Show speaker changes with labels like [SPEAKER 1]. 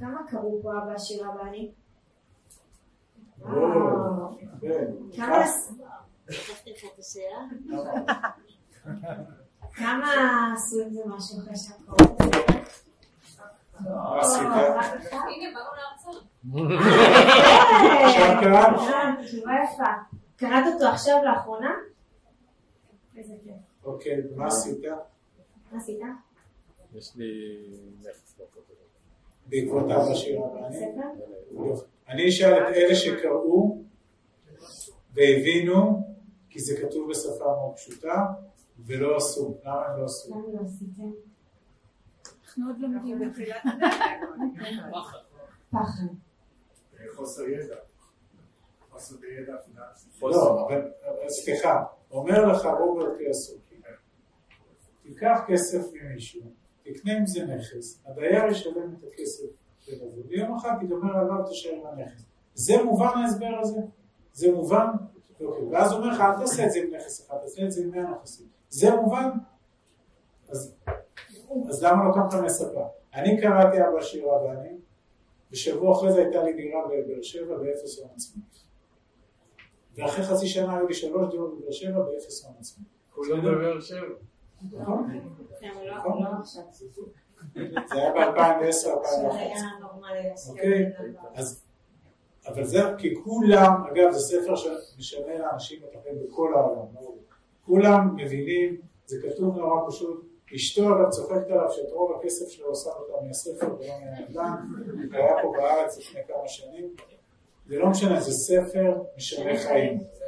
[SPEAKER 1] כמה קראו פה אבא עשיר אבא אני?
[SPEAKER 2] וואו, כן.
[SPEAKER 1] כמה...
[SPEAKER 3] לקחתי לך את השאלה?
[SPEAKER 1] כמה עשו עם זה משהו אחרי שהקורונה?
[SPEAKER 2] מה עשית?
[SPEAKER 3] הנה, באו לארצות.
[SPEAKER 2] עכשיו קראת?
[SPEAKER 1] אה, תשובה יפה. קראת אותו עכשיו לאחרונה? איזה כיף.
[SPEAKER 2] אוקיי, ומה עשית?
[SPEAKER 1] מה עשית?
[SPEAKER 4] יש לי נכס לא כזה.
[SPEAKER 2] בעקבות אבא שלי ואני?
[SPEAKER 1] ספר?
[SPEAKER 2] יופי. אני אשאל את אלה שקראו והבינו, כי זה כתוב בשפה מאוד פשוטה, ולא עשו. למה הם לא עשו?
[SPEAKER 1] למה לא עשיתם? פחד.
[SPEAKER 5] חוסר ידע. חוסר בידע פיננסי.
[SPEAKER 2] לא, אבל אבל סליחה, אומר לך רוברט קרסוקי, תיקח כסף ממישהו, תקנה עם זה נכס, הדייר ישלם את הכסף לבוא, ויום אחד תיגמר עליו תשאר עם הנכס. זה מובן ההסבר הזה? זה מובן? אוקיי, ואז הוא אומר לך, אל תעשה את זה עם נכס אחד, תעשה את זה עם 100 נכסים. זה מובן? אז, אז למה לקחת מהספה? אני קראתי אבא שירה ואני, ושבוע אחרי זה הייתה לי דירה בבאר שבע באפס הון עצמי. ואחרי חצי שנה היו לי שלוש דירות בבאר שבע באפס הון עצמי.
[SPEAKER 4] כולם בבאר שבע.
[SPEAKER 2] נכון?
[SPEAKER 1] למה לא? לא עכשיו.
[SPEAKER 2] זה היה ב-2010-2011.
[SPEAKER 1] שהיה נורמלי להשקיע.
[SPEAKER 2] אוקיי. אז, אבל זה כי כולם, אגב זה ספר שמשנה לאנשים לטפל בכל העולם, מאוד. כולם מבינים, זה כתוב נורא פשוט, אשתו אגב צוחקת עליו שאת רוב הכסף שלו עושה אותה מהספר ולא מהנדל"ן, היה פה בארץ לפני כמה שנים, זה לא משנה, זה ספר משנה חיים.